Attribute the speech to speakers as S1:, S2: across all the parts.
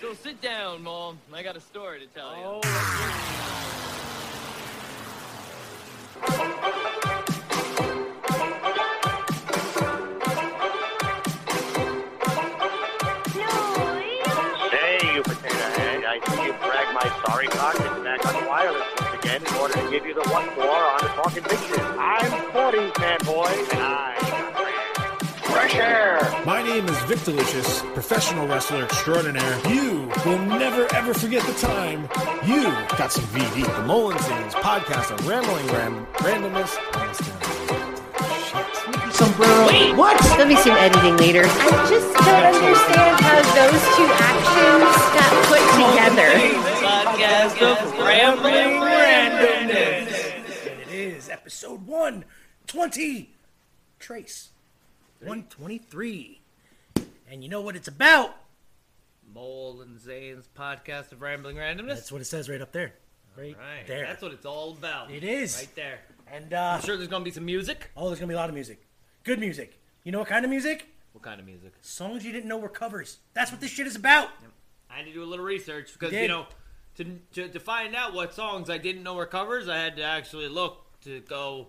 S1: Bill, sit down, Mom. I got a story to tell you.
S2: Oh.
S3: Hey, you potato head. I see you drag my sorry cockpit back on the wireless once again in order to give you the one more on the talking picture. I'm 40, fanboy, and I got plans. Fresh air!
S2: My name is Vic Delicious, professional wrestler extraordinaire. You will never ever forget the time you got some VD. The Mullen Scenes podcast on rambling ram- randomness.
S4: Wait, what?
S5: There'll be some editing later.
S4: I just don't understand how those two actions got put together.
S1: Podcast of Rambling Randomness.
S2: And it is episode 120. Trace 123. And you know what it's about?
S6: Mole and Zane's podcast of Rambling Randomness.
S2: That's what it says right up there. Right,
S6: right.
S2: there.
S6: That's what it's all about.
S2: It is.
S6: Right there.
S2: and uh,
S6: I'm sure there's going to be some music.
S2: oh, there's going to be a lot of music. Good music. You know what kind of music?
S6: What kind of music?
S2: Songs you didn't know were covers. That's what this shit is about.
S6: I had to do a little research because,
S2: You
S6: you,
S2: did.
S6: know, to, to, to find out what songs I didn't know were covers, I had to actually look to go,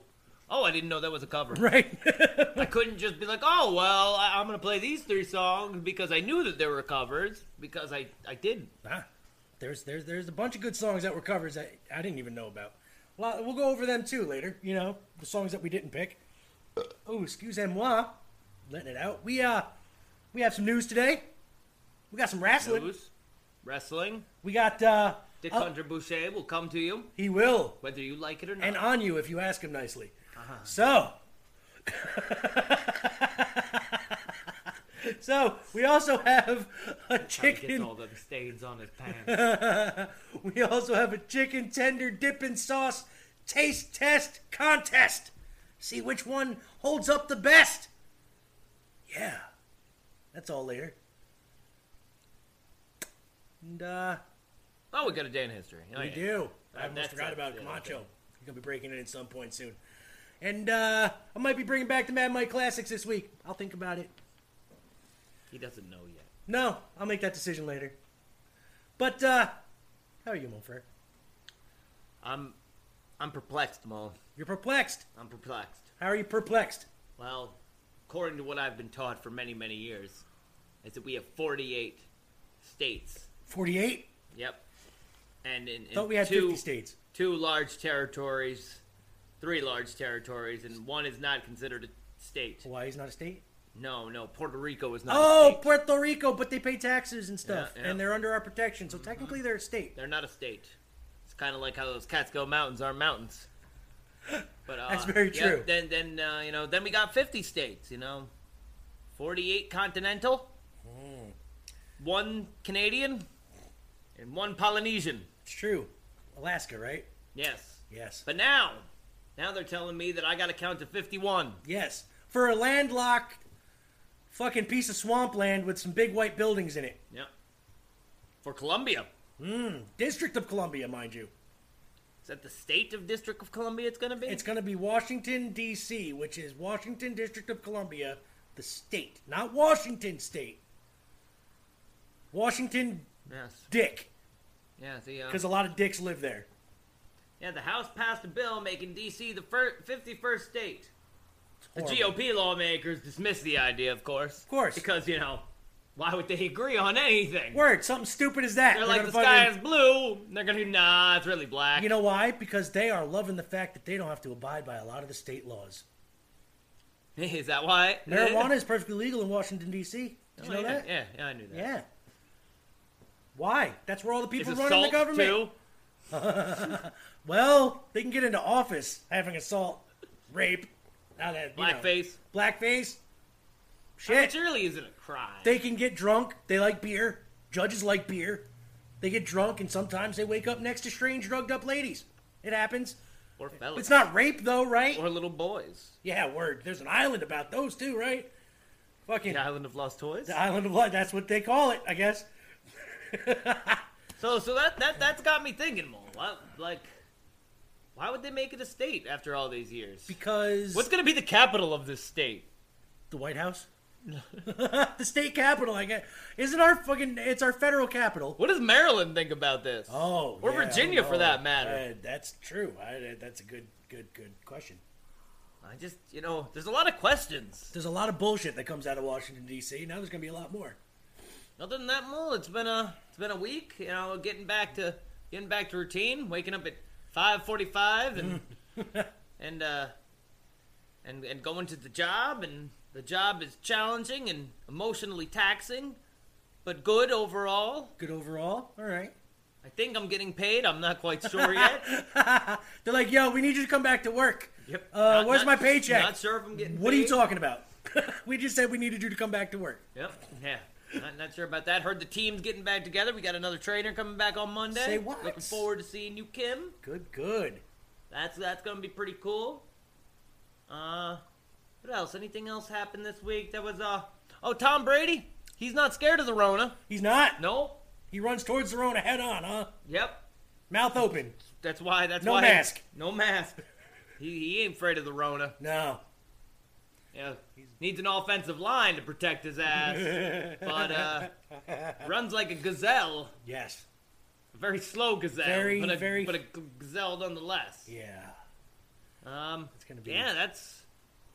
S6: oh, I didn't know that was a cover.
S2: Right.
S6: I couldn't just be like, oh, well, I, I'm going to play these three songs because I knew that they were covers because I, I didn't.
S2: Ah, there's there's there's a bunch of good songs that were covers that I didn't even know about. A lot, we'll go over them too later. You know the songs that we didn't pick. Oh, excuse moi, letting it out. We uh, we have some news today. We got some wrestling.
S6: News, wrestling.
S2: We got uh,
S6: Dick
S2: Oh.
S6: Hunter Boucher will come to you
S2: he will
S6: whether you like it or not.
S2: and on you if you ask him nicely.
S6: Uh-huh.
S2: So. So we also have a
S6: Gets
S2: chicken.
S6: all the stains on his pants.
S2: We also have a chicken tender dipping sauce taste test contest. See which one holds up the best. Yeah, that's all later. And uh,
S6: Oh, we got a day in history. Oh,
S2: we
S6: yeah.
S2: do. I almost
S6: that's
S2: forgot
S6: it.
S2: about
S6: Yeah,
S2: Camacho.
S6: okay.
S2: He's gonna be breaking it at some point soon. And uh, I might be bringing back the Mad Mike Classics this week. I'll think about it.
S6: He doesn't know yet.
S2: No, I'll make that decision later. But uh, how are you, Mofer?
S6: I'm, I'm perplexed, Mo.
S2: You're perplexed.
S6: I'm perplexed.
S2: How are you perplexed?
S6: Well, according to what I've been taught for many, many years, is that we have 48 states.
S2: 48?
S6: Yep. And in, in
S2: thought we had
S6: two,
S2: 50 states.
S6: two large territories, three large territories, and one is not considered a state.
S2: Hawaii's not a state?
S6: No, no, Puerto Rico is not. a
S2: Oh,
S6: state.
S2: Puerto Rico, but they pay taxes and stuff,
S6: Yeah, yeah.
S2: and they're under our protection, so technically they're a state.
S6: they're not a state. It's kind of like how those Catskill Mountains are mountains. But uh,
S2: That's very
S6: yeah,
S2: true.
S6: then, then uh, you know, then we got 50 states. You know, 48 continental,
S2: Hmm.
S6: one Canadian, and one Polynesian.
S2: It's true. Alaska, right?
S6: Yes.
S2: Yes.
S6: But now, now they're telling me that I got to count to 51.
S2: yes. For a landlocked fucking piece of swampland with some big white buildings in it.
S6: Yeah. For Colombia,
S2: District of Columbia, mind you.
S6: is that the state of District of Columbia? It's gonna be.
S2: It's going to be Washington, D.C., which is Washington District of Columbia, the state. Not Washington State. Washington
S6: yes.
S2: Dick,
S6: Yeah. See. Uh,
S2: because a lot of dicks live there.
S6: yeah. The House passed a bill making D.C. the fir- 51st state. The
S2: Horrible.
S6: GOP lawmakers dismiss the idea, of course. Of
S2: course.
S6: Because, you know, why would they agree on anything?
S2: Word, something stupid as that.
S6: They're like, the
S2: gonna
S6: sky
S2: fucking-
S6: is blue. And they're going to, nah, it's really black.
S2: You know why? Because they are loving the fact that they don't have to abide by a lot of the state laws.
S6: is that why?
S2: Marijuana is perfectly legal in Washington D.C. Did
S6: Oh,
S2: you know
S6: yeah,
S2: that?
S6: Yeah, yeah, I knew that.
S2: Yeah. Why? That's where all the
S6: Is
S2: people running
S6: assault,
S2: the government.
S6: too?
S2: Well, they can get into office having assault, rape, now that you know,
S6: Blackface.
S2: blackface.
S6: It
S2: Shit.
S6: really isn't a crime.
S2: They can get drunk. They like beer. Judges like beer. They get drunk, and sometimes they wake up next to strange, drugged up ladies. It happens.
S6: or fellas.
S2: It's not rape, though, right?
S6: Or little boys.
S2: Yeah, word. There's an island about those too, right? Fucking
S6: The Island of Lost Toys.
S2: the island of blood. That's what they call it, I guess.
S6: So, so that, that, that's got me thinking, Mo. What, like, why would they make it a state after all these years?
S2: Because
S6: What's going to be the capital of this state?
S2: the White House? the state capital, I guess, isn't our fucking. It's our federal capital.
S6: What does Maryland think about this?
S2: Oh,
S6: or
S2: yeah,
S6: Virginia for
S2: no,
S6: that matter.
S2: uh, that's true. I, uh, that's a good, good, good question.
S6: I just, you know, there's a lot of questions.
S2: There's a lot of bullshit that comes out of Washington D.C. Now there's gonna be a lot more.
S6: Other than that, Mole, it's been a, it's been a week. You know, getting back to, getting back to routine. Waking up at 5:45 and, and, uh, and and going to the job, and the job is challenging and emotionally taxing, but good overall.
S2: Good overall. All right.
S6: I think I'm getting paid. I'm not quite sure yet.
S2: They're like, yo, we need you to come back to work.
S6: Yep.
S2: Uh, where's my paycheck?
S6: Not sure if I'm getting.
S2: What are you
S6: paid.
S2: talking about? we just said we needed you to come back to work.
S6: Yep. Yeah. Not, not sure about that. Heard the team's getting back together. We got another trainer coming back on Monday.
S2: Say what?
S6: Looking forward to seeing you, Kim.
S2: Good, good.
S6: That's that's gonna be pretty cool. Uh, what else? Anything else happened this week that was uh? Oh, Tom Brady. He's not scared of the Rona.
S2: He's not.
S6: No.
S2: He runs towards the Rona head on, huh?
S6: Yep.
S2: Mouth open.
S6: That's why. That's
S2: No
S6: why.
S2: mask.
S6: No mask. He, he ain't afraid of the Rona.
S2: No.
S6: Yeah, needs an offensive line to protect his ass, but uh, runs like a gazelle.
S2: Yes.
S6: A very slow gazelle,
S2: Very,
S6: but, a,
S2: very-
S6: but a g- gazelle nonetheless.
S2: Yeah.
S6: Um,
S2: It's gonna be.
S6: yeah, that's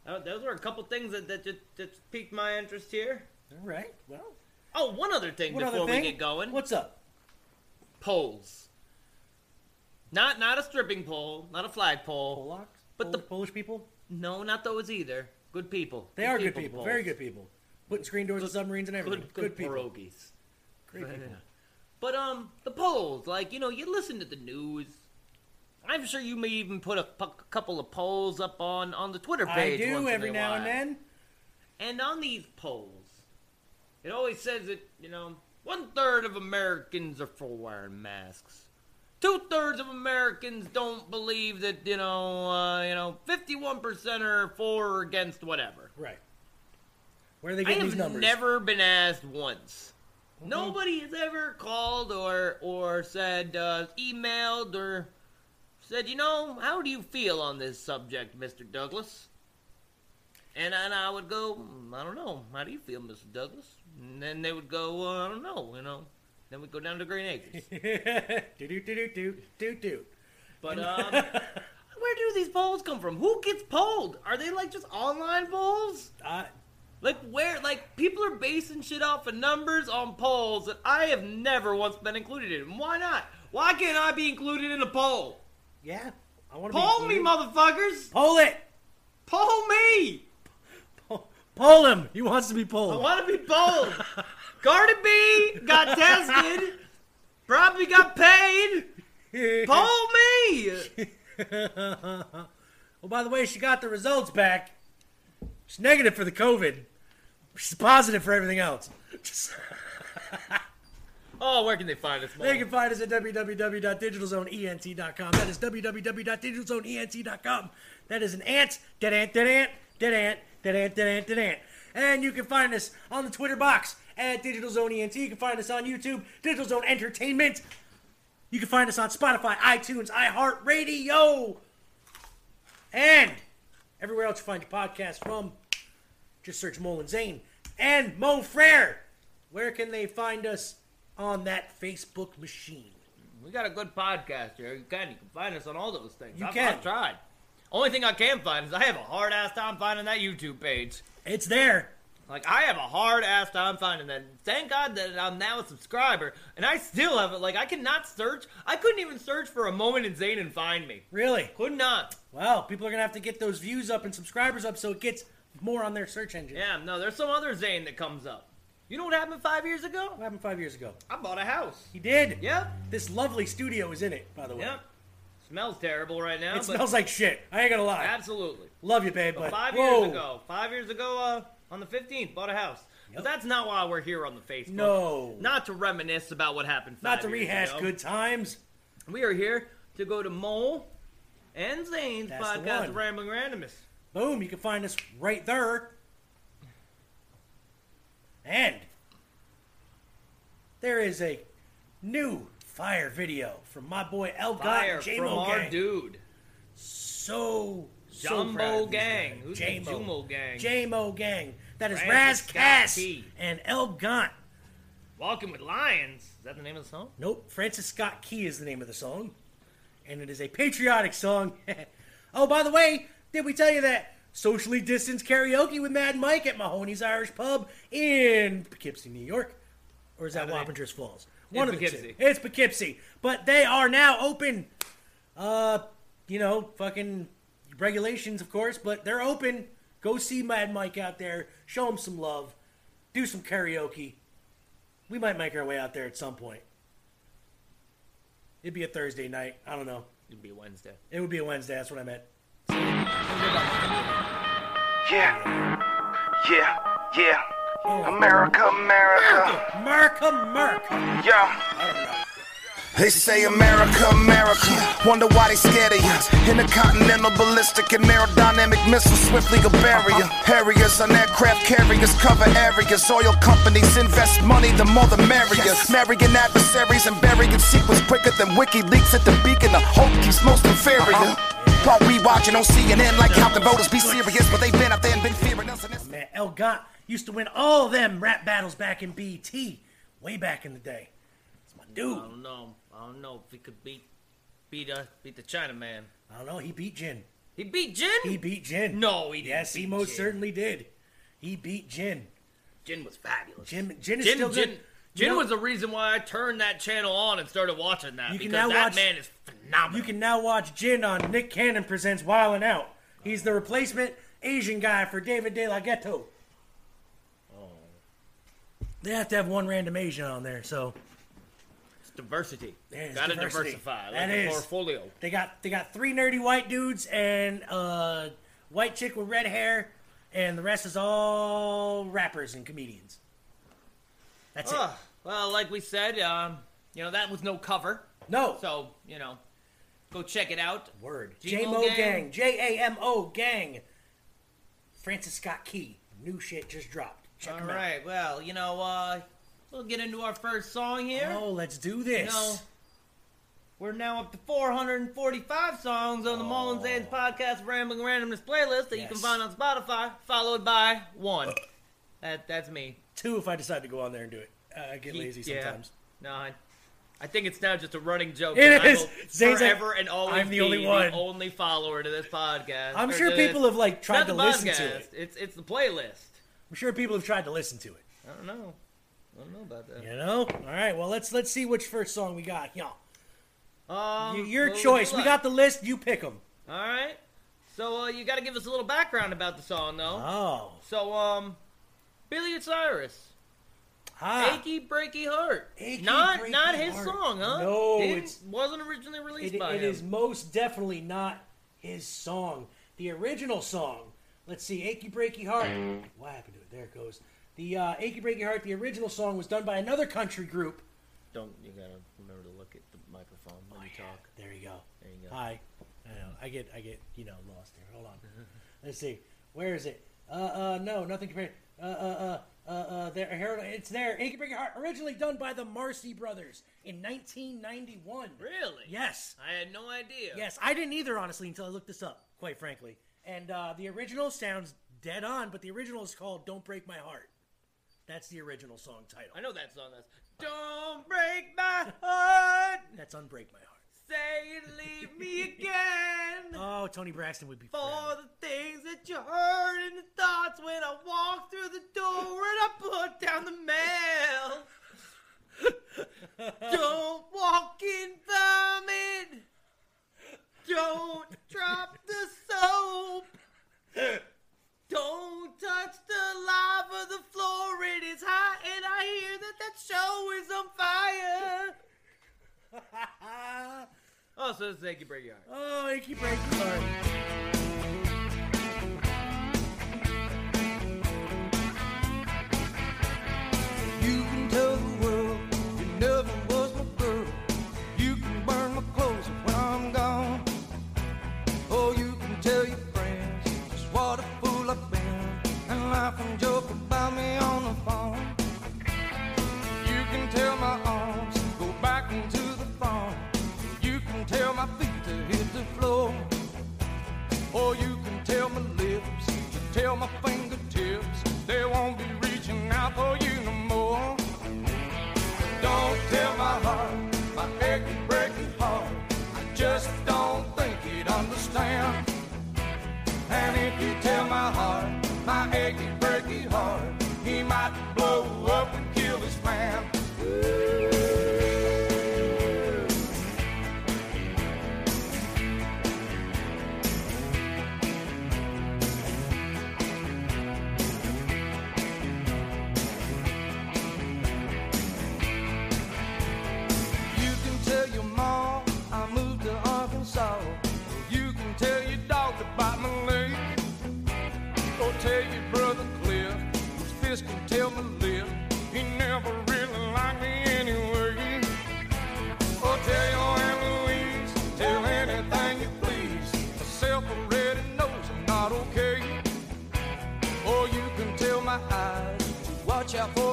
S6: uh, those were a couple things that that just, that just piqued my interest here.
S2: All right. Well.
S6: Oh, one other thing
S2: What
S6: before
S2: other thing?
S6: we get going:
S2: What's up?
S6: poles. Not not a stripping pole, not a flag pole.
S2: Polacks?
S6: But the-
S2: Polish people?
S6: No, not those either. Good people.
S2: They are good people. Very
S6: poles.
S2: good people. Putting screen doors on submarines and everything.
S6: Good, good,
S2: people.
S6: pierogies.
S2: Great people.
S6: But um, the polls, like you know, you listen to the news. I'm sure you may even put a pu- couple of polls up on on the Twitter
S2: I
S6: page. once
S2: do
S6: in
S2: every
S6: a
S2: now and
S6: while.
S2: then.
S6: And on these polls, it always says that you know one third of Americans are for wearing masks. Two thirds of Americans don't believe that you know uh, you know fifty one percent are for or against whatever.
S2: Right. Where are they
S6: I
S2: getting these
S6: have
S2: numbers?
S6: never been asked once. Nobody has ever called or or said uh, emailed or said, you know, how do you feel on this subject, Mister Douglas? And and I would go, "Mm, I don't know. How do you feel, Mister Douglas? And then they would go, well, I don't know. You know. Then we go down to Green Acres.
S2: do do do do do do do.
S6: But um, where do these polls come from? Who gets polled? Are they like just online polls?
S2: Uh,
S6: Like where? Like people are basing shit off of numbers on polls that I have never once been included in. And Why not? Why can't I be included in a poll?
S2: yeah. I want to
S6: Poll me,
S2: be included.
S6: motherfuckers!
S2: Poll it.
S6: Poll me!
S2: Po- Poll him. He wants to be polled.
S6: I want to be polled. Cardi B got tested. Probably got paid. Poll me.
S2: well, Oh, by the way, she got the results back. She's negative for the COVID. She's positive for everything else.
S6: Oh, where can they find us? Mo?
S2: They can find us at www.digitalzoneent.com. That is www.digitalzoneent.com. That is an ant, dead ant, dead ant, dead ant, dead ant, dead ant, dead ant. And you can find us on the Twitter box at Digital Zone ENT. You can find us on YouTube, Digital Zone Entertainment. You can find us on Spotify, iTunes, iHeartRadio, and everywhere else you find your podcast from. Just search Mullen Zane and Mo Frere. Where can they find us on that Facebook machine?
S6: We got a good podcast here. You can. You can find us on all those things.
S2: You
S6: I've,
S2: can.
S6: I've tried. Only thing I can find is I have a hard ass time finding that YouTube page.
S2: It's there.
S6: Like I have a hard ass time finding that. Thank God that I'm now a subscriber, and I still have it. Like I cannot search. I couldn't even search for a moment in Zane and find me.
S2: Really?
S6: Could not.
S2: Wow, people are going to have to get those views up and subscribers up so it gets more on their search engine.
S6: Yeah, no. There's some other Zane that comes up. You know what happened five years ago?
S2: What happened five years ago?
S6: I bought a house.
S2: He did.
S6: Yep.
S2: This lovely studio is in it, by the way.
S6: Yep. Smells terrible right now.
S2: It
S6: but
S2: smells like shit. I ain't going to lie.
S6: absolutely.
S2: Love you, babe. But
S6: five
S2: whoa.
S6: years ago. Five years ago, uh, on the 15th, bought a house.
S2: Yep.
S6: But that's not why we're here on the Facebook.
S2: No.
S6: Not to reminisce about what happened five
S2: Not to
S6: years
S2: rehash
S6: ago.
S2: good times.
S6: We are here to go to Mole and Zane's
S2: That's the
S6: podcast,
S2: one.
S6: Rambling Randomness.
S2: Boom, you can find us right there. And there is a new fire video from my boy El
S6: Fire
S2: Guy
S6: from
S2: J-Mo
S6: our
S2: Gang.
S6: dude,
S2: So so
S6: Jumbo
S2: proud of this
S6: Gang.
S2: guy.
S6: Who's the
S2: J-Mo.
S6: Jumbo Gang?
S2: J-Mo Gang. That is
S6: Francis
S2: Raz
S6: Scott
S2: Cass
S6: Key.
S2: and El Gant.
S6: Walking with Lions. Is that the name of the song?
S2: Nope, Francis Scott Key is the name of the song, and it is a patriotic song. oh, by the way, did we tell you that socially distanced karaoke with Mad Mike at Mahoney's Irish Pub in Poughkeepsie, New York, or is that
S6: How do
S2: Wappingers Falls? One of the two.
S6: Poughkeepsie.
S2: It's Poughkeepsie, but they are now open. Uh, you know, fucking regulations, of course, but they're open. Go see Mad Mike out there. Show him some love. Do some karaoke. We might make our way out there at some point. It'd be a Thursday night. I don't know.
S6: It'd be Wednesday.
S2: It would be a Wednesday. That's what I meant.
S5: Yeah. Yeah. Yeah. America, America.
S2: America, Merc.
S5: Yeah. They say America, America. Wonder why they scared of us. Intercontinental ballistic and aerodynamic missiles swiftly a barrier. Harriers on aircraft carriers cover areas. Oil companies invest money, the more the merrier. Marrying adversaries and burying secrets quicker than WikiLeaks at the beacon. The hope keeps most inferior. Thought we watching on CNN like how the voters be serious, but they've been out there and been fearing us. And it's-
S2: Man, El Gant used to win all them rap battles back in BT way back in the day. It's my dude.
S6: I don't know. I don't know if he could beat beat uh, beat the Chinaman.
S2: I don't know. He beat Jin.
S6: He beat Jin.
S2: He beat Jin.
S6: No, he didn't
S2: Yes, he
S6: beat
S2: most
S6: Jin.
S2: certainly did. He beat Jin.
S6: Jin was fabulous.
S2: Jin, Jin is
S6: Jin,
S2: still
S6: Jin,
S2: good.
S6: Jin
S2: You know-
S6: was the reason why I turned that channel on and started watching that
S2: You can
S6: because
S2: now
S6: that
S2: watch-
S6: man is phenomenal.
S2: You can now watch Jin on Nick Cannon Presents Wildin' Out. He's the replacement Asian guy for David De La Ghetto. They have to have one random Asian on there, so
S6: It's diversity.
S2: Yeah, it's
S6: Gotta
S2: diversity.
S6: diversify.
S2: That
S6: like a
S2: is.
S6: portfolio.
S2: they got they got three nerdy white dudes and a white chick with red hair, and the rest is all rappers and comedians. That's
S6: Ugh. well, like we said, um, you know that was no cover,
S2: it. No
S6: so you know, go check it out.
S2: word. J
S6: J-Mo
S2: Mo
S6: Gang.
S2: Gang, J A M O Gang. Francis Scott Key, new shit just dropped. Check
S6: All
S2: 'em out.
S6: right. Well, you know, uh, we'll get into our first song here.
S2: Oh, let's do
S6: you
S2: this.
S6: know, we're now up to 445 songs on the Mullins Edge Podcast Rambling Randomness playlist that you can
S2: Oh. Yes.
S6: find on
S2: Oh.
S6: Spotify, followed by one. That that's me.
S2: Two, if I decide to go on there and do it, uh, I get lazy
S6: Yeah.
S2: sometimes.
S6: No, I, I think it's now just a running joke.
S2: It
S6: that I
S2: is.
S6: will
S2: Zane's like,
S6: forever and always
S2: "I'm the
S6: be
S2: only one."
S6: the only follower to this podcast.
S2: I'm
S6: or
S2: sure
S6: to this-
S2: people have like
S6: It's not
S2: tried
S6: the
S2: to listen
S6: podcast.
S2: to it.
S6: It's it's the playlist.
S2: I'm sure people have tried to listen to it.
S6: I don't know. I don't know about that.
S2: You know. All right. Well, let's let's see which first song we got. Yeah,
S6: Um,
S2: Y- your
S6: what would you
S2: choice. We
S6: like?
S2: got the list. You pick them.
S6: All right. So uh, you got to give us a little background about the song, though.
S2: Oh,
S6: So, um, Billy Cyrus,
S2: ah,
S6: "Achy Breaky Heart,"
S2: Achy
S6: not
S2: Breaky
S6: not his
S2: Heart.
S6: song, huh?
S2: No,
S6: Didn't-
S2: it's-
S6: wasn't originally released
S2: it,
S6: by
S2: it
S6: him.
S2: is most definitely not his song. The original song. Let's see, "Achy Breaky Heart." What happened to it? There it goes. The uh, "Achy Breaky Heart." The original song was done by another country group.
S6: Don't you gotta remember to look at the microphone when
S2: Oh,
S6: you talk?
S2: There you go.
S6: There you go.
S2: Hi. I know. I get I get you know lost here. Hold on. Let's see. Where is it? Uh uh no nothing compared. Uh uh uh uh uh there Harold it's there. Achy Breaky Heart originally done by the Marcy Brothers in 1991.
S6: Really?
S2: Yes.
S6: I had no idea.
S2: Yes, I didn't either honestly until I looked this up. Quite frankly, and uh, the original sounds dead on, but the original is called "Don't Break My Heart." That's the original song title.
S6: I know that song. That's "Don't Break My Heart."
S2: That's "Unbreak My Heart."
S6: Say you leave me again.
S2: Oh, Tony Braxton would be. proud.
S6: For the things that you heard in the thoughts when I walked through the door and I put down the mail. Don't walk in vomit. Don't drop the soap. Don't touch the lava, the floor it is hot, and I hear that that show is on fire. Oh, so it's Thank You Break Your Heart.
S2: Oh, Achy Breaky Heart.
S5: You can tell the world you never was my girl. You can burn my clothes when I'm gone. Oh, you can tell your friends just what a fool I've been. And laugh and joke about me on the phone. You can tell my arms to go back into the phone. You can tell my feet to hit the floor. Oh,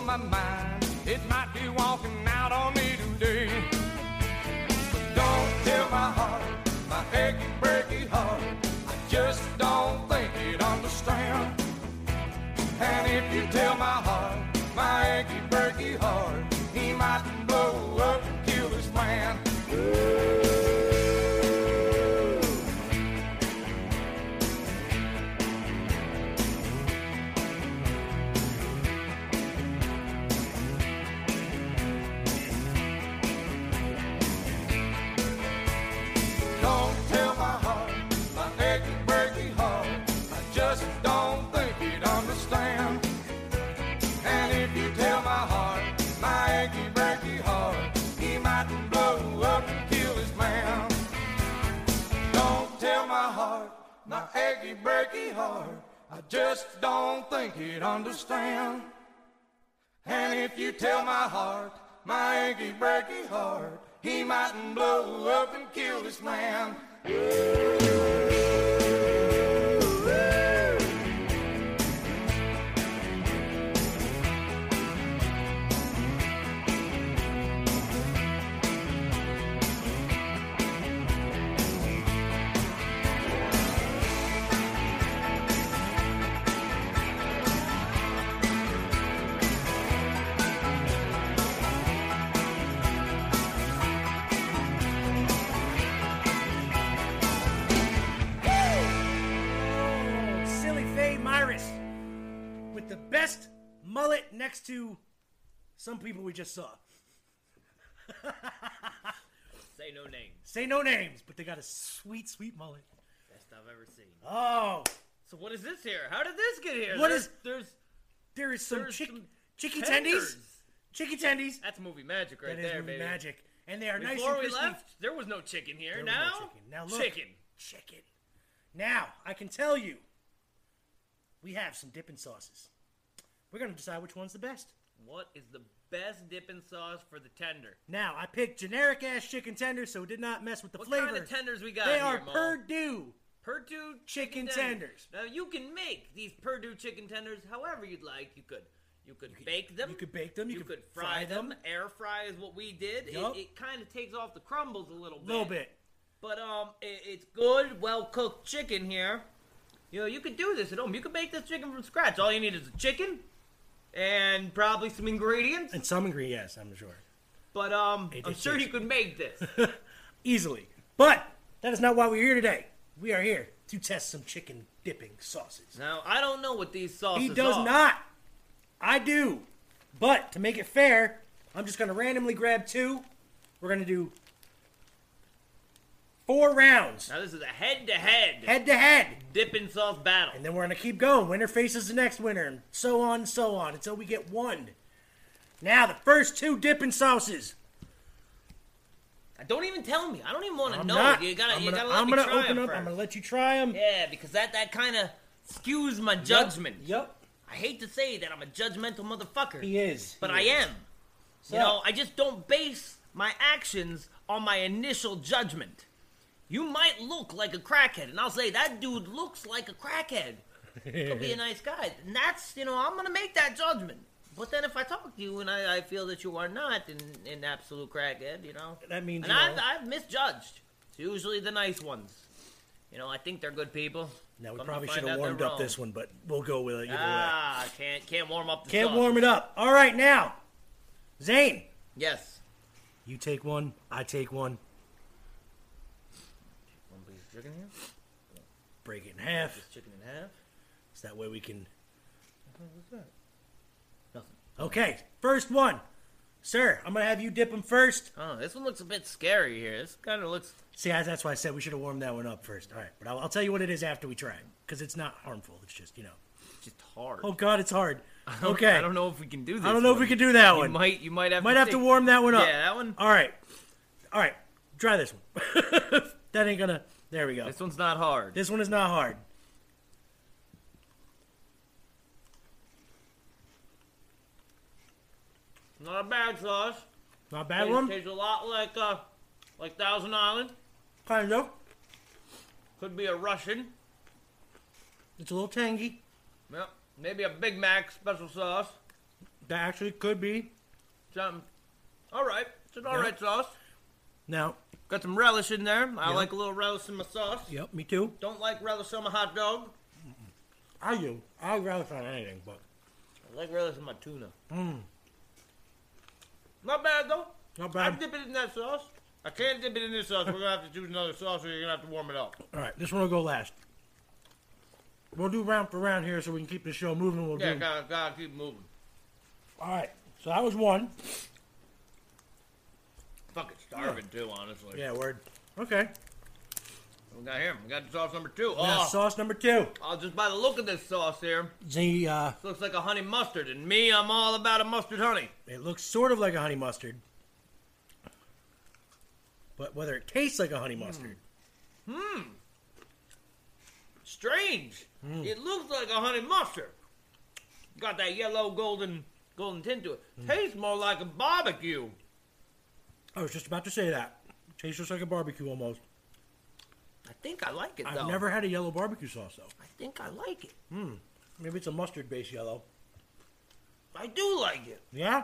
S7: my mind. It might be walking out on me today. But don't tell my heart, my achy, breaky heart. I just don't think it understands. And if you tell my heart, my achy, breaky heart, he might blow up and kill this man. Don't tell my heart, my achy, breaky heart. I just don't think it understands. And if you tell my heart, my achy, breaky heart, he might blow up and kill his man. Don't tell my heart, my achy, breaky heart. I just don't think it understands. And if you tell my heart, my achy, breaky heart, he might blow up and kill this man.
S2: Oh, Silly Faye Myris with the best mullet next to some people we just saw.
S6: Say no names.
S2: Say no names, but they got a sweet, sweet mullet.
S6: Best I've ever seen.
S2: Oh,
S6: So what is this here? How did this get here?
S2: What
S6: there's,
S2: is-
S6: there's
S2: there is some,
S6: There's
S2: chick-
S6: some
S2: chicky tendies.
S6: tenders.
S2: Chicky tendies.
S6: That's movie magic right
S2: that is
S6: there,
S2: movie
S6: baby.
S2: magic. And they are nice
S6: Before
S2: and
S6: we
S2: crispy.
S6: left, there was no chicken here.
S2: There was no
S6: now,
S2: chicken. Now look.
S6: chicken.
S2: Chicken. Now, I can tell you, we have some dipping sauces. We're going to decide which one's the best.
S6: What is the best dipping sauce for the tender?
S2: Now, I picked generic ass chicken tenders, so it did not mess with the
S6: What
S2: flavor.
S6: kind of tenders we got
S2: they
S6: here,
S2: are
S6: Mo?
S2: Purdue.
S6: Purdue
S2: Chicken tenders.
S6: Now you can make these Purdue chicken tenders however you'd like. You could you could bake them.
S2: you could bake them, you could fry them.
S6: Air fry is what we did.
S2: Yup.
S6: It, it kind of takes off the crumbles a little bit.
S2: A little bit.
S6: But um, it, it's good, well cooked chicken here. You know, you could do this at home. You could make this chicken from scratch. All you need is a chicken and probably some ingredients.
S2: And some ingredients, I'm sure.
S6: But um,
S2: It
S6: I'm
S2: is
S6: sure you
S2: tasty.
S6: could make this.
S2: Easily. But that is not why we're here today. We are here to test some chicken dipping sauces.
S6: now I don't know what these sauces
S2: He does
S6: are.
S2: not. I do. But to make it fair, I'm just going to randomly grab two. We're going to do four rounds,
S6: Now this is a head-to-head
S2: head to head.
S6: dipping sauce battle.
S2: And then we're going to keep going. Winner faces the next winner, and so on and so on until we get one. Now, the first two dipping sauces.
S6: Don't even tell me. I don't even want to
S2: I'm
S6: know.
S2: not.
S6: You gotta,
S2: I'm
S6: you
S2: gonna,
S6: gotta let
S2: I'm
S6: me
S2: gonna
S6: try
S2: open
S6: 'em
S2: up.
S6: first.
S2: I'm going to let you try them.
S6: Yeah, because that that kind of skews my judgment.
S2: Yep.
S6: I hate to say that I'm a judgmental motherfucker,
S2: He is.
S6: but
S2: He
S6: I
S2: is.
S6: am.
S2: So,
S6: You know, I just don't base my actions on my initial judgment. You might look like a crackhead, and I'll say that dude looks like a crackhead. Could be a nice guy, and that's you know I'm gonna make that judgment. But then if I talk to you and I, I feel that you are not an, an absolute crackhead, you know,
S2: that means
S6: and
S2: you
S6: I've,
S2: know,
S6: I've misjudged. It's usually the nice ones. You know, I think they're good people.
S2: Now,
S6: Come
S2: we
S6: to
S2: probably
S6: find
S2: should
S6: out
S2: have
S6: they're
S2: warmed up
S6: wrong.
S2: this one, but we'll go with it either way.
S6: Ah, can't can't warm up the
S2: Can't
S6: sauce.
S2: warm it up. All right, now, Zane,
S6: Yes.
S2: you take one. I take one.
S6: One piece of chicken here.
S2: Break it in half.
S6: Chicken in half.
S2: So that way we can.
S6: Nothing.
S2: Okay, first one, sir. I'm gonna have you dip them first.
S6: Oh, this one looks a bit scary here. This kind of looks.
S2: See, I- that's why I said we should have warmed that one up first. All right, but I'll, I'll tell you what it is after we try it, because it's not harmful. It's just you know.
S6: It's just hard.
S2: Oh God, it's hard. Okay,
S6: I don't know if we can do this.
S2: I don't know if
S6: one.
S2: we can do that
S6: You
S2: one.
S6: might. You might have.
S2: Might
S6: to
S2: have to
S6: take-
S2: warm that one up.
S6: Yeah, that one.
S2: All right, all right. Try this one. that ain't gonna. There we go.
S6: This one's not hard.
S2: This one is not hard.
S6: Not a bad sauce.
S2: Not a bad
S6: Tastes-
S2: one.
S6: Tastes a lot like uh, like Thousand Island.
S2: Kind of.
S6: Could be a Russian.
S2: It's a little tangy.
S6: Yep. Maybe a Big Mac special sauce.
S2: That actually could be.
S6: Something. All right. It's an all right sauce.
S2: Now,
S6: Got some relish in there. I
S2: Yeah.
S6: like a little relish in my sauce.
S2: yep, me too.
S6: Don't like relish on my hot dog.
S2: I do. I relish on anything, but
S6: I like relish in my tuna. Not bad though.
S2: not
S6: I
S2: bad.
S6: dip it in that sauce. I can't dip it in this sauce. We're gonna have to choose another sauce, or you're gonna have to warm it up.
S2: All right, this one will go last. We'll do round for round here so we can keep the show moving. We'll
S6: Yeah,
S2: do.
S6: gotta, gotta keep moving.
S2: All right, so that was one.
S6: Fucking starving too, honestly.
S2: Yeah, word. Okay.
S6: We got here. We got sauce number two.
S2: Now,
S6: Oh,
S2: sauce number two.
S6: oh, just by the look of this sauce here,
S2: The uh,
S6: this looks like a honey mustard, and me, I'm all about a mustard honey.
S2: it looks sort of like a honey mustard, but whether it tastes like a honey mustard,
S6: Strange. It looks like a honey mustard. Got that yellow golden golden tint to it. Tastes more like a barbecue.
S2: I was just about to say that. Tastes just like a barbecue almost.
S6: I think I like it though.
S2: I've never had a yellow barbecue sauce though.
S6: I think I like it.
S2: Maybe it's a mustard based yellow.
S6: I do like it.
S2: Yeah,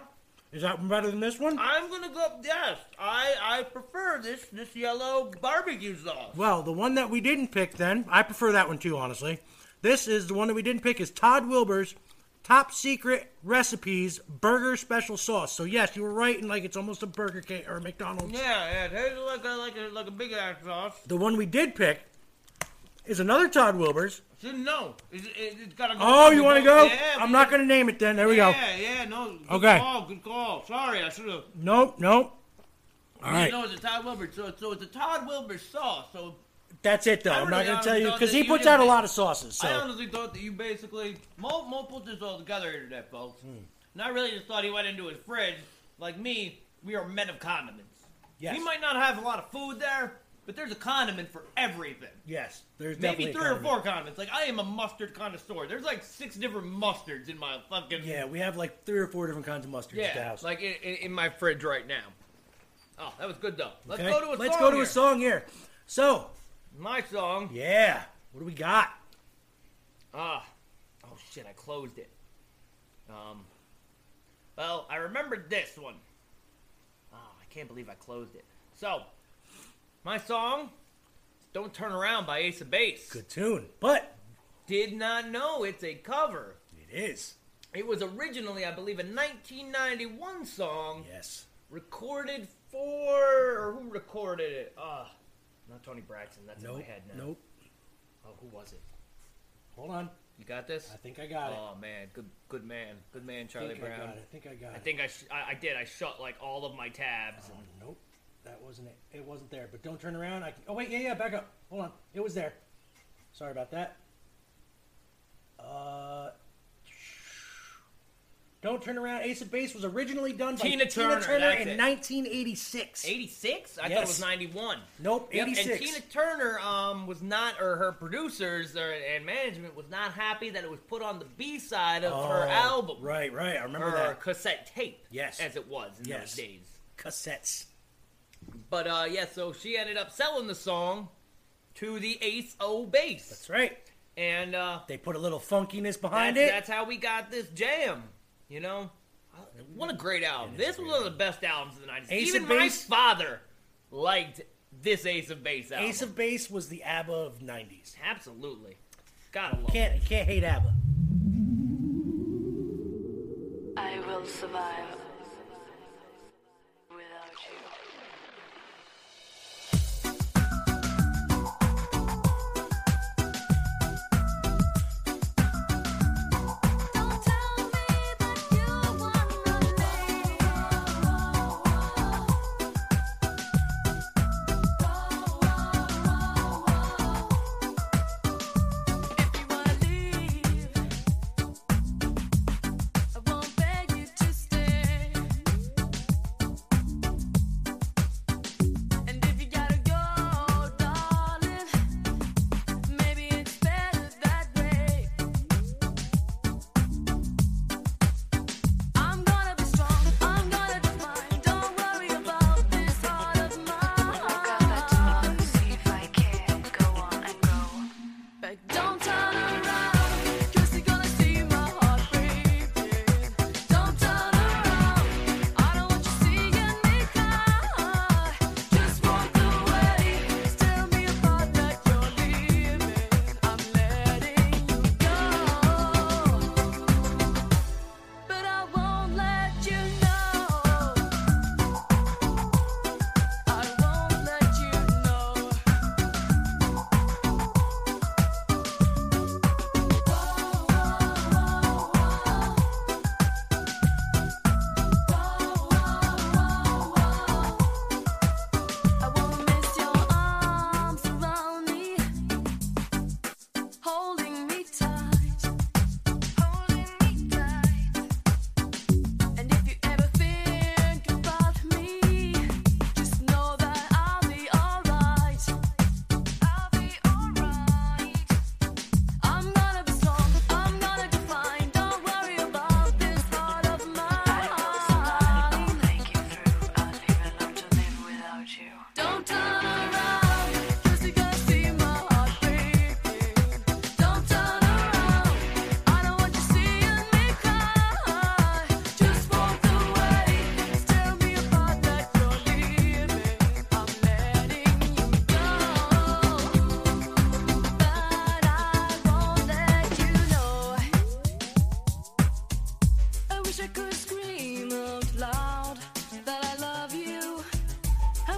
S2: is that one better than this one?
S6: I'm gonna go yes. I I prefer this this yellow barbecue sauce.
S2: Well, the one that we didn't pick, then I prefer that one too, honestly. This is the one that we didn't pick is Todd Wilber's top secret recipes burger special sauce. So yes, you were right, and like it's almost a Burger King or a McDonald's.
S6: Yeah, yeah. It tastes like a like a like a big ass sauce.
S2: The one we did pick is another Todd Wilber's.
S6: So, no, it's, it, it's gotta go.
S2: Oh, you want to go?
S6: Yeah,
S2: I'm
S6: we
S2: not
S6: gotta-
S2: going to name it then. There we go.
S6: Yeah, yeah. No. Good
S2: Okay.
S6: Call, good call. Sorry, I should have.
S2: Nope, nope. All
S6: You
S2: right,
S6: know, it's a Todd Wilbur. So, so it's a Todd Wilbur sauce. So
S2: that's it though.
S6: I
S2: I'm not
S6: really
S2: going to tell you
S6: honestly
S2: because
S6: thought
S2: he
S6: that
S2: puts
S6: you
S2: out a
S6: didn't-
S2: lot of sauces.
S6: I
S2: So
S6: honestly thought that you basically Mo Mo put this all together here today, folks.
S2: Hmm.
S6: And I really just thought he went into his fridge. Like me, we are men of condiments.
S2: yes,
S6: We might not have a lot of food there, but there's a condiment for everything.
S2: yes. There's
S6: Maybe
S2: definitely a
S6: three or
S2: condiment.
S6: four condiments. Like I am a mustard connoisseur. There's like six different mustards in my fucking
S2: Yeah, we have like three or four different kinds of mustards at the
S6: yeah
S2: house.
S6: like in, in, in my fridge right now. Oh, that was good though. Let's
S2: Okay,
S6: go to a
S2: Let's
S6: song.
S2: go to
S6: here.
S2: a song here. So,
S6: My song.
S2: yeah, what do we got?
S6: Ah, oh shit, I closed it. Um, well, I remembered this one. Oh, I can't believe I closed it. So, my song, "Don't Turn Around" by Ace of Base.
S2: Good tune, but
S6: Did not know it's a cover.
S2: it is.
S6: It was originally, I believe, a 1991 song
S2: Yes.
S6: recorded for or who recorded it? Ah, not Tony Braxton. That's in
S2: Nope.
S6: my head now.
S2: Nope.
S6: Oh, who was it?
S2: Hold on.
S6: You got this?
S2: I think I got it.
S6: Oh man, good, good man, good man,
S2: I
S6: Charlie
S2: think I
S6: Brown.
S2: got it. I think I got
S6: I
S2: it.
S6: think I, sh- I I did. I shut like all of my tabs.
S2: Oh, nope. That wasn't it. It wasn't there. But don't turn around. I can... Oh, wait. Yeah, yeah. Back up. Hold on. It was there. Sorry about that. Uh. Don't turn around. Ace of Base was originally done by
S6: Tina Turner, that's
S2: in
S6: it.
S2: 1986.
S6: 86? I thought it
S2: Yes.
S6: was 91.
S2: Nope,
S6: Yep,
S2: 86.
S6: And Tina Turner um, was not, or her producers or, and management was not happy that it was put on the B side of her
S2: Oh,
S6: album.
S2: Right, right. I remember
S6: Or
S2: that.
S6: cassette tape.
S2: Yes.
S6: As it was in
S2: Yes.
S6: those days.
S2: Cassettes.
S6: But uh, yeah, so she ended up selling the song to the Ace O Bass.
S2: That's right.
S6: And uh,
S2: They put a little funkiness behind
S6: that's,
S2: it.
S6: That's how we got this jam. You know, what a great album! This was one of the best albums of the nineties.
S2: Ace
S6: Even
S2: of
S6: my
S2: Base-
S6: father liked this Ace of Base album.
S2: Ace of Base was the ABBA of '90s.
S6: absolutely, gotta love. it.
S2: Can't can't hate ABBA.
S8: I will survive without you.
S9: Don't tell me that you wanna leave. If you wanna leave, I won't beg you to stay.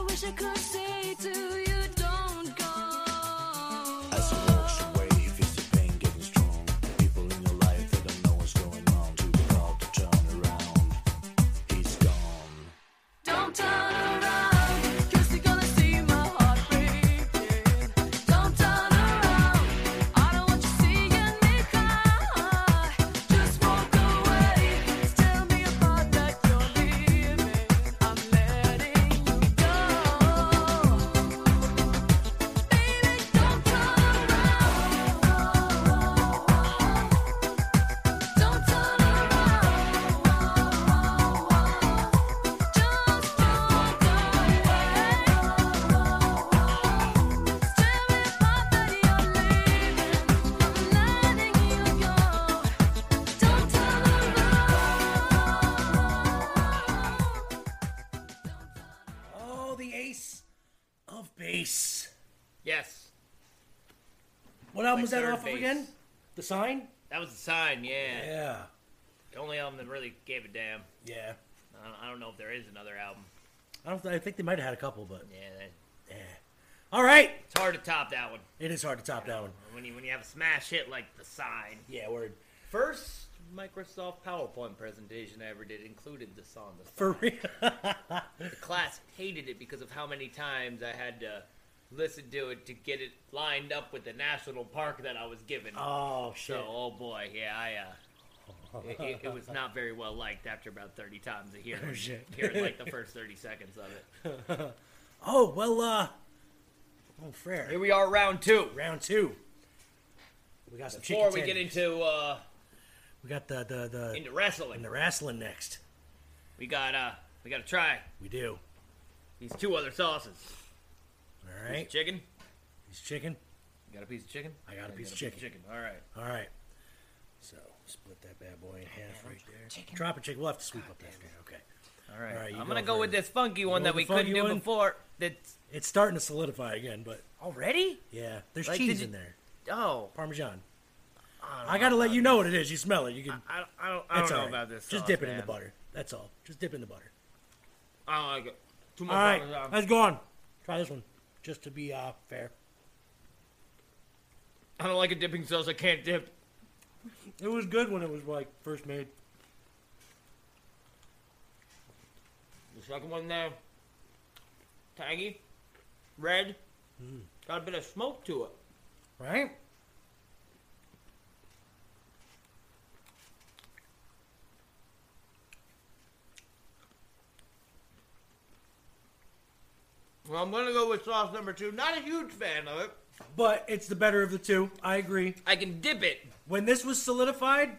S9: wish I could say to you, don't go.
S10: As you wash away, you feel the pain getting strong. People in your life, they don't know what's going on. Too proud to turn around. He's gone.
S9: Don't turn around, 'cause you're gonna see my heart breaking. Don't turn around, I don't want you seeing me cry. Just walk away, tell me about that you're leaving. I'm letting you go. Baby, don't turn around. Don't turn around. Just walk away. Tell me about that you're leaving. I'm letting you go. Don't turn around.
S2: Oh, the ace of base.
S6: Yes.
S2: What album
S6: Like
S2: was that
S6: third
S2: off
S6: base.
S2: of again? The sign?
S6: That was the sign, yeah.
S2: Yeah.
S6: The only album that really gave a damn.
S2: Yeah.
S6: I don't, I don't know if there is another album.
S2: I don't. I think they might have had a couple, but
S6: Yeah, that-
S2: all right.
S6: it's hard to top that one.
S2: It is hard to top that one.
S6: When you when you have a smash hit like the sign.
S2: Yeah, word.
S6: First Microsoft PowerPoint presentation I ever did included the song. The,
S2: For real.
S6: the class hated it because of how many times I had to listen to it to get it lined up with the national park that I was given.
S2: Oh shit.
S6: So, oh boy, yeah, I, uh, it- it, it was not very well liked after about 30 times of hearing,
S2: Oh, shit.
S6: hearing like the first 30 seconds of it.
S2: Oh well. Uh. Oh,
S6: Here
S2: Frere.
S6: we are, round two.
S2: Round two. We got some
S6: Before
S2: chicken
S6: we get
S2: tenders.
S6: into uh,
S2: We got the the the
S6: into wrestling,
S2: and the wrestling next.
S6: we got uh, we got to try
S2: We do.
S6: these two other sauces.
S2: All right.
S6: Chicken.
S2: It's chicken.
S6: You got a piece of chicken?
S2: I got a
S6: You
S2: piece of chicken.
S6: All right.
S2: All right. So split that bad boy in half right there. Drop a chicken. We'll have to sweep up after. Okay.
S6: All right.
S2: All right, you
S6: I'm gonna
S2: go
S6: go with
S2: first.
S6: this funky one
S2: go
S6: that
S2: with
S6: we
S2: the funky
S6: couldn't do
S2: one?
S6: before. That's
S2: It's starting to solidify again, but
S6: already?
S2: yeah, there's
S6: Like,
S2: cheese
S6: did you-
S2: in there.
S6: Oh,
S2: Parmesan. I gotta let you know what it is. You smell it. You can.
S6: I, I don't, I don't
S2: That's
S6: know
S2: all right.
S6: about this.
S2: Just
S6: sauce,
S2: dip it in
S6: man.
S2: the butter. That's all. Just dip it in the butter.
S6: I don't like it. Too much
S2: All right,
S6: Parmesan.
S2: let's go on. Try this one, just to be uh, fair.
S6: I don't like a dipping sauce. I can't dip.
S2: It was good when it was like first made.
S6: The second one there, tangy, red,
S2: Mm.
S6: got a bit of smoke to it.
S2: Right?
S6: Well, I'm gonna go with sauce number two. Not a huge fan of it.
S2: But it's the better of the two. I agree.
S6: I can dip it.
S2: When this was solidified,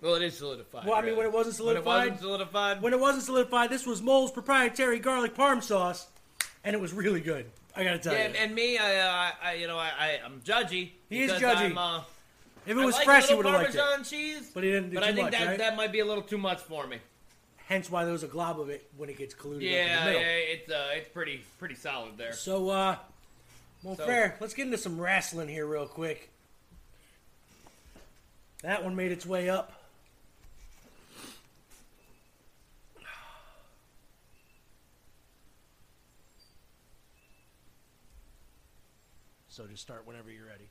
S6: Well, it is solidified.
S2: Well, I mean,
S6: really.
S2: when it wasn't
S6: When it
S2: solidified-
S6: wasn't solidified.
S2: when it wasn't solidified, this was Mole's proprietary garlic parm sauce, and it was really good. I gotta tell
S6: Yeah,
S2: you,
S6: and, and me, I, uh, I- I, you know, I, I, I'm judgy.
S2: He is
S6: because
S2: judgy.
S6: I'm, uh,
S2: if it was
S6: I like
S2: fresh,
S6: a
S2: you
S6: little
S2: would have liked it.
S6: Parmesan cheese,
S2: But he didn't do
S6: but
S2: too
S6: I think
S2: much,
S6: that
S2: right?
S6: that might be a little too much for me.
S2: Hence why there was a glob of it when it gets colluded up in the
S6: Yeah, yeah,
S2: middle.
S6: it's uh, it's pretty pretty solid there.
S2: So, uh, well,
S6: So-
S2: fair. Let's get into some wrestling here real quick. That one made its way up. So just start whenever you're ready.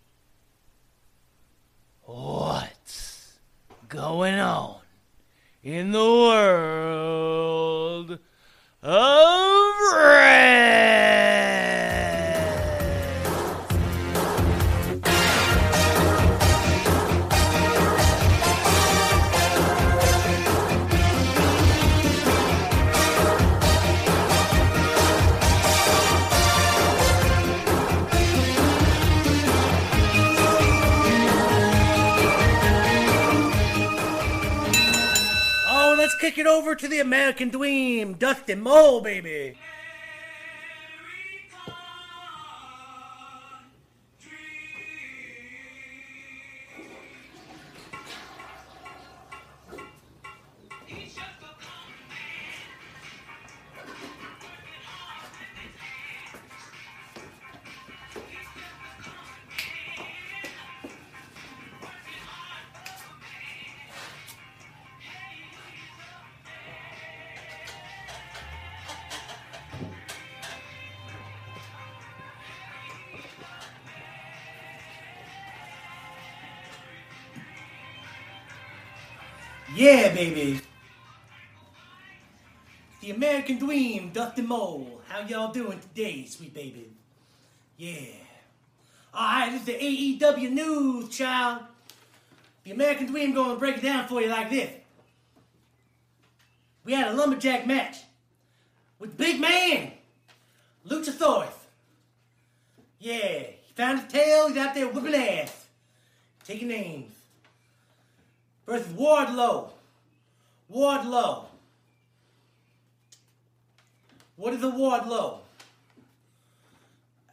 S6: What's going on in the world of red?
S2: Oh, let's kick it over to the American Dream, Dustin Mole, baby. Yeah, baby. The American Dream, Dustin Mole. How y'all doing today, sweet baby? Yeah. All right, this is the AEW news, child. The American Dream going to break it down for you like this. We had a lumberjack match with Big Man, Luchasaurus. Yeah, he found his tail. He's out there whipping ass, taking names. Versus Wardlow. Wardlow. What is a Wardlow?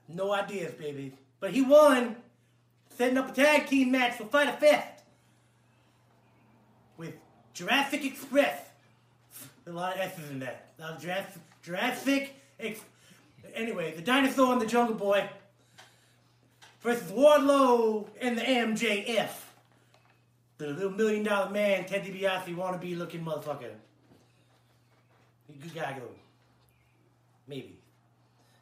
S2: No ideas, baby. But he won, setting up a tag team match for Fighter Fest with Jurassic Express. A lot of S's in that. A lot of Jurassic, Jurassic Ex- Anyway, the dinosaur and the jungle boy versus Wardlow and the MJF. The little million dollar man, Ted DiBiase, wannabe looking motherfucker. He good guy, go. Maybe.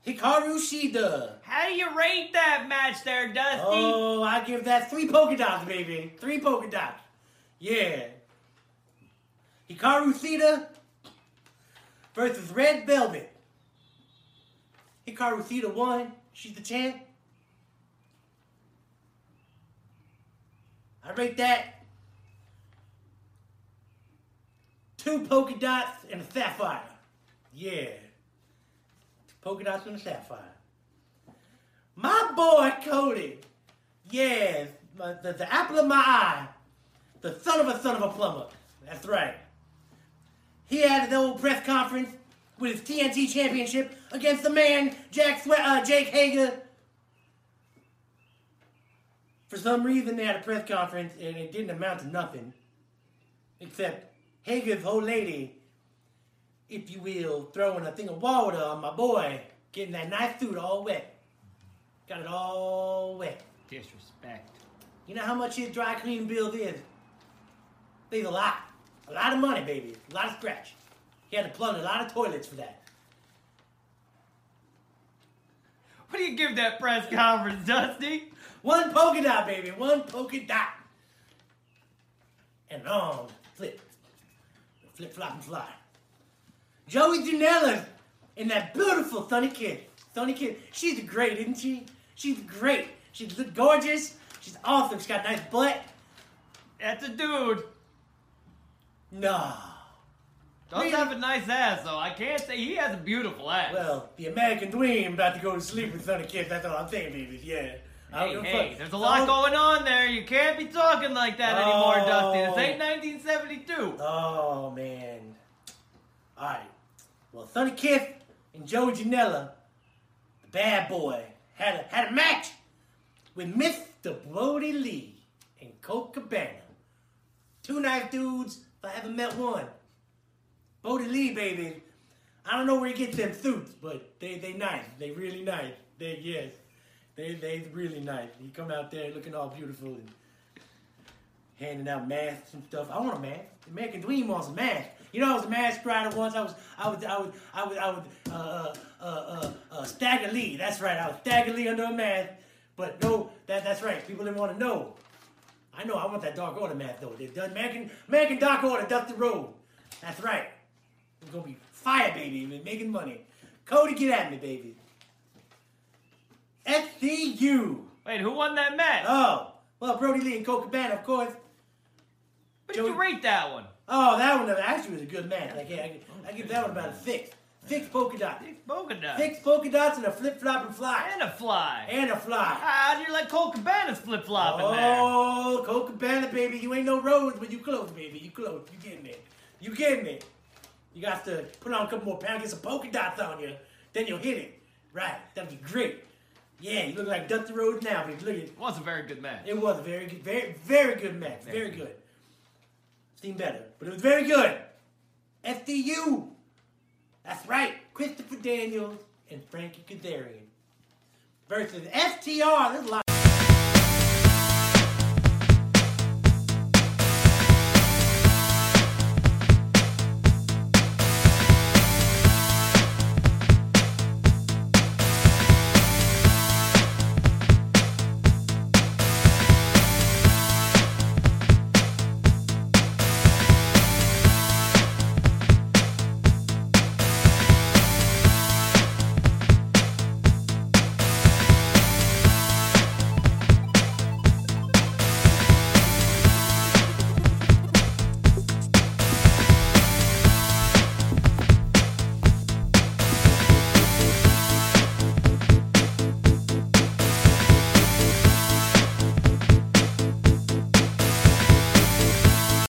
S2: Hikaru Shida.
S6: How do you rate that match there, Dusty?
S2: Oh, I give that three polka dots, baby. Three polka dots. Yeah. Hikaru Sita versus Red Velvet. Hikaru Sita won. She's the champ. I rate that two polka dots and a sapphire. Yeah. Two polka dots and a sapphire. My boy Cody. Yes, my, the, the apple of my eye. The son of a son of a plumber. That's right. He had an old press conference with his TNT championship against the man Jack Swe- uh, Jake Hager. For some reason, they had a press conference and it didn't amount to nothing. Except Hager's whole lady, if you will, throwing a thing of water on my boy, getting that nice suit all wet. Got it all wet.
S6: Disrespect.
S2: You know how much his dry cleaning bill is? There's a lot. A lot of money, baby. A lot of scratch. He had to plug a lot of toilets for that.
S6: What do you give that press conference, Dusty?
S2: One polka dot, baby. One polka dot. And on flip. Flip, flop, and fly. Joey Janela and that beautiful Sunny Kid. Sunny Kid. She's great, isn't she? She's great. She's look gorgeous. She's awesome. She's got a nice butt.
S6: That's a dude.
S2: No.
S6: Does
S2: Really?
S6: have a nice ass, though. I can't say he has a beautiful ass.
S2: Well, the American dream about to go to sleep with Sunny Kid. That's all I'm saying, baby. Yeah. I don't
S6: hey,
S2: give a
S6: hey,
S2: fuck.
S6: there's a
S2: So-
S6: lot going on there. You can't be talking like that anymore, Dusty. This ain't
S2: Oh.
S6: 1972.
S2: Oh man. Alright. Well Sonny Kiff and Joey Janela, the bad boy, had a had a match with Mr. Brody Lee and Colt Cabana. Two nice dudes, if I haven't met one. Brody Lee, baby. I don't know where he gets them suits, but they they nice. They really nice. They yes. They they really nice. He come out there looking all beautiful and handing out masks and stuff. I want a mask. The American Dream wants a mask. You know, I was a mask rider once. I was, I was, I was, I was, I was, uh, uh, uh, uh, uh Stagger Lee. That's right. I was Stagger Lee under a mask. But no, that, that's right. People didn't want to know. I know. I want that Dark Order mask though. The American, American Dark Order, Dusty Road. That's right. We're gonna be fire, baby. We're making money. Cody, get at me, baby. FCU.
S6: Wait, who won that match?
S2: Oh, well, Brody Lee and Cole Cabana, of course.
S6: what did you
S2: Joey-
S6: rate that one?
S2: Oh, that one actually was a good match. Like, yeah, I, I give that one about a six. Six polka dots.
S6: Polka dot.
S2: Six polka dots and a flip flop and fly.
S6: And a fly.
S2: And a fly.
S6: How'd you let Cole Cabana's flip flopping there?
S2: Oh, Coca Cabana, baby. You ain't no roads, but you close, baby. You close. You getting it. You getting it. You got to put on a couple more pounds, get some polka dots on you. Then you'll hit it. Right. That'd be great. Yeah, you look like Dusty Rhodes now, but look at
S6: It was a very good match.
S2: It was a very good, very, very good match. Very good. Seemed better, but it was very good. FDU. That's right. Christopher Daniels and Frankie Kazarian versus FTR. There's a lot.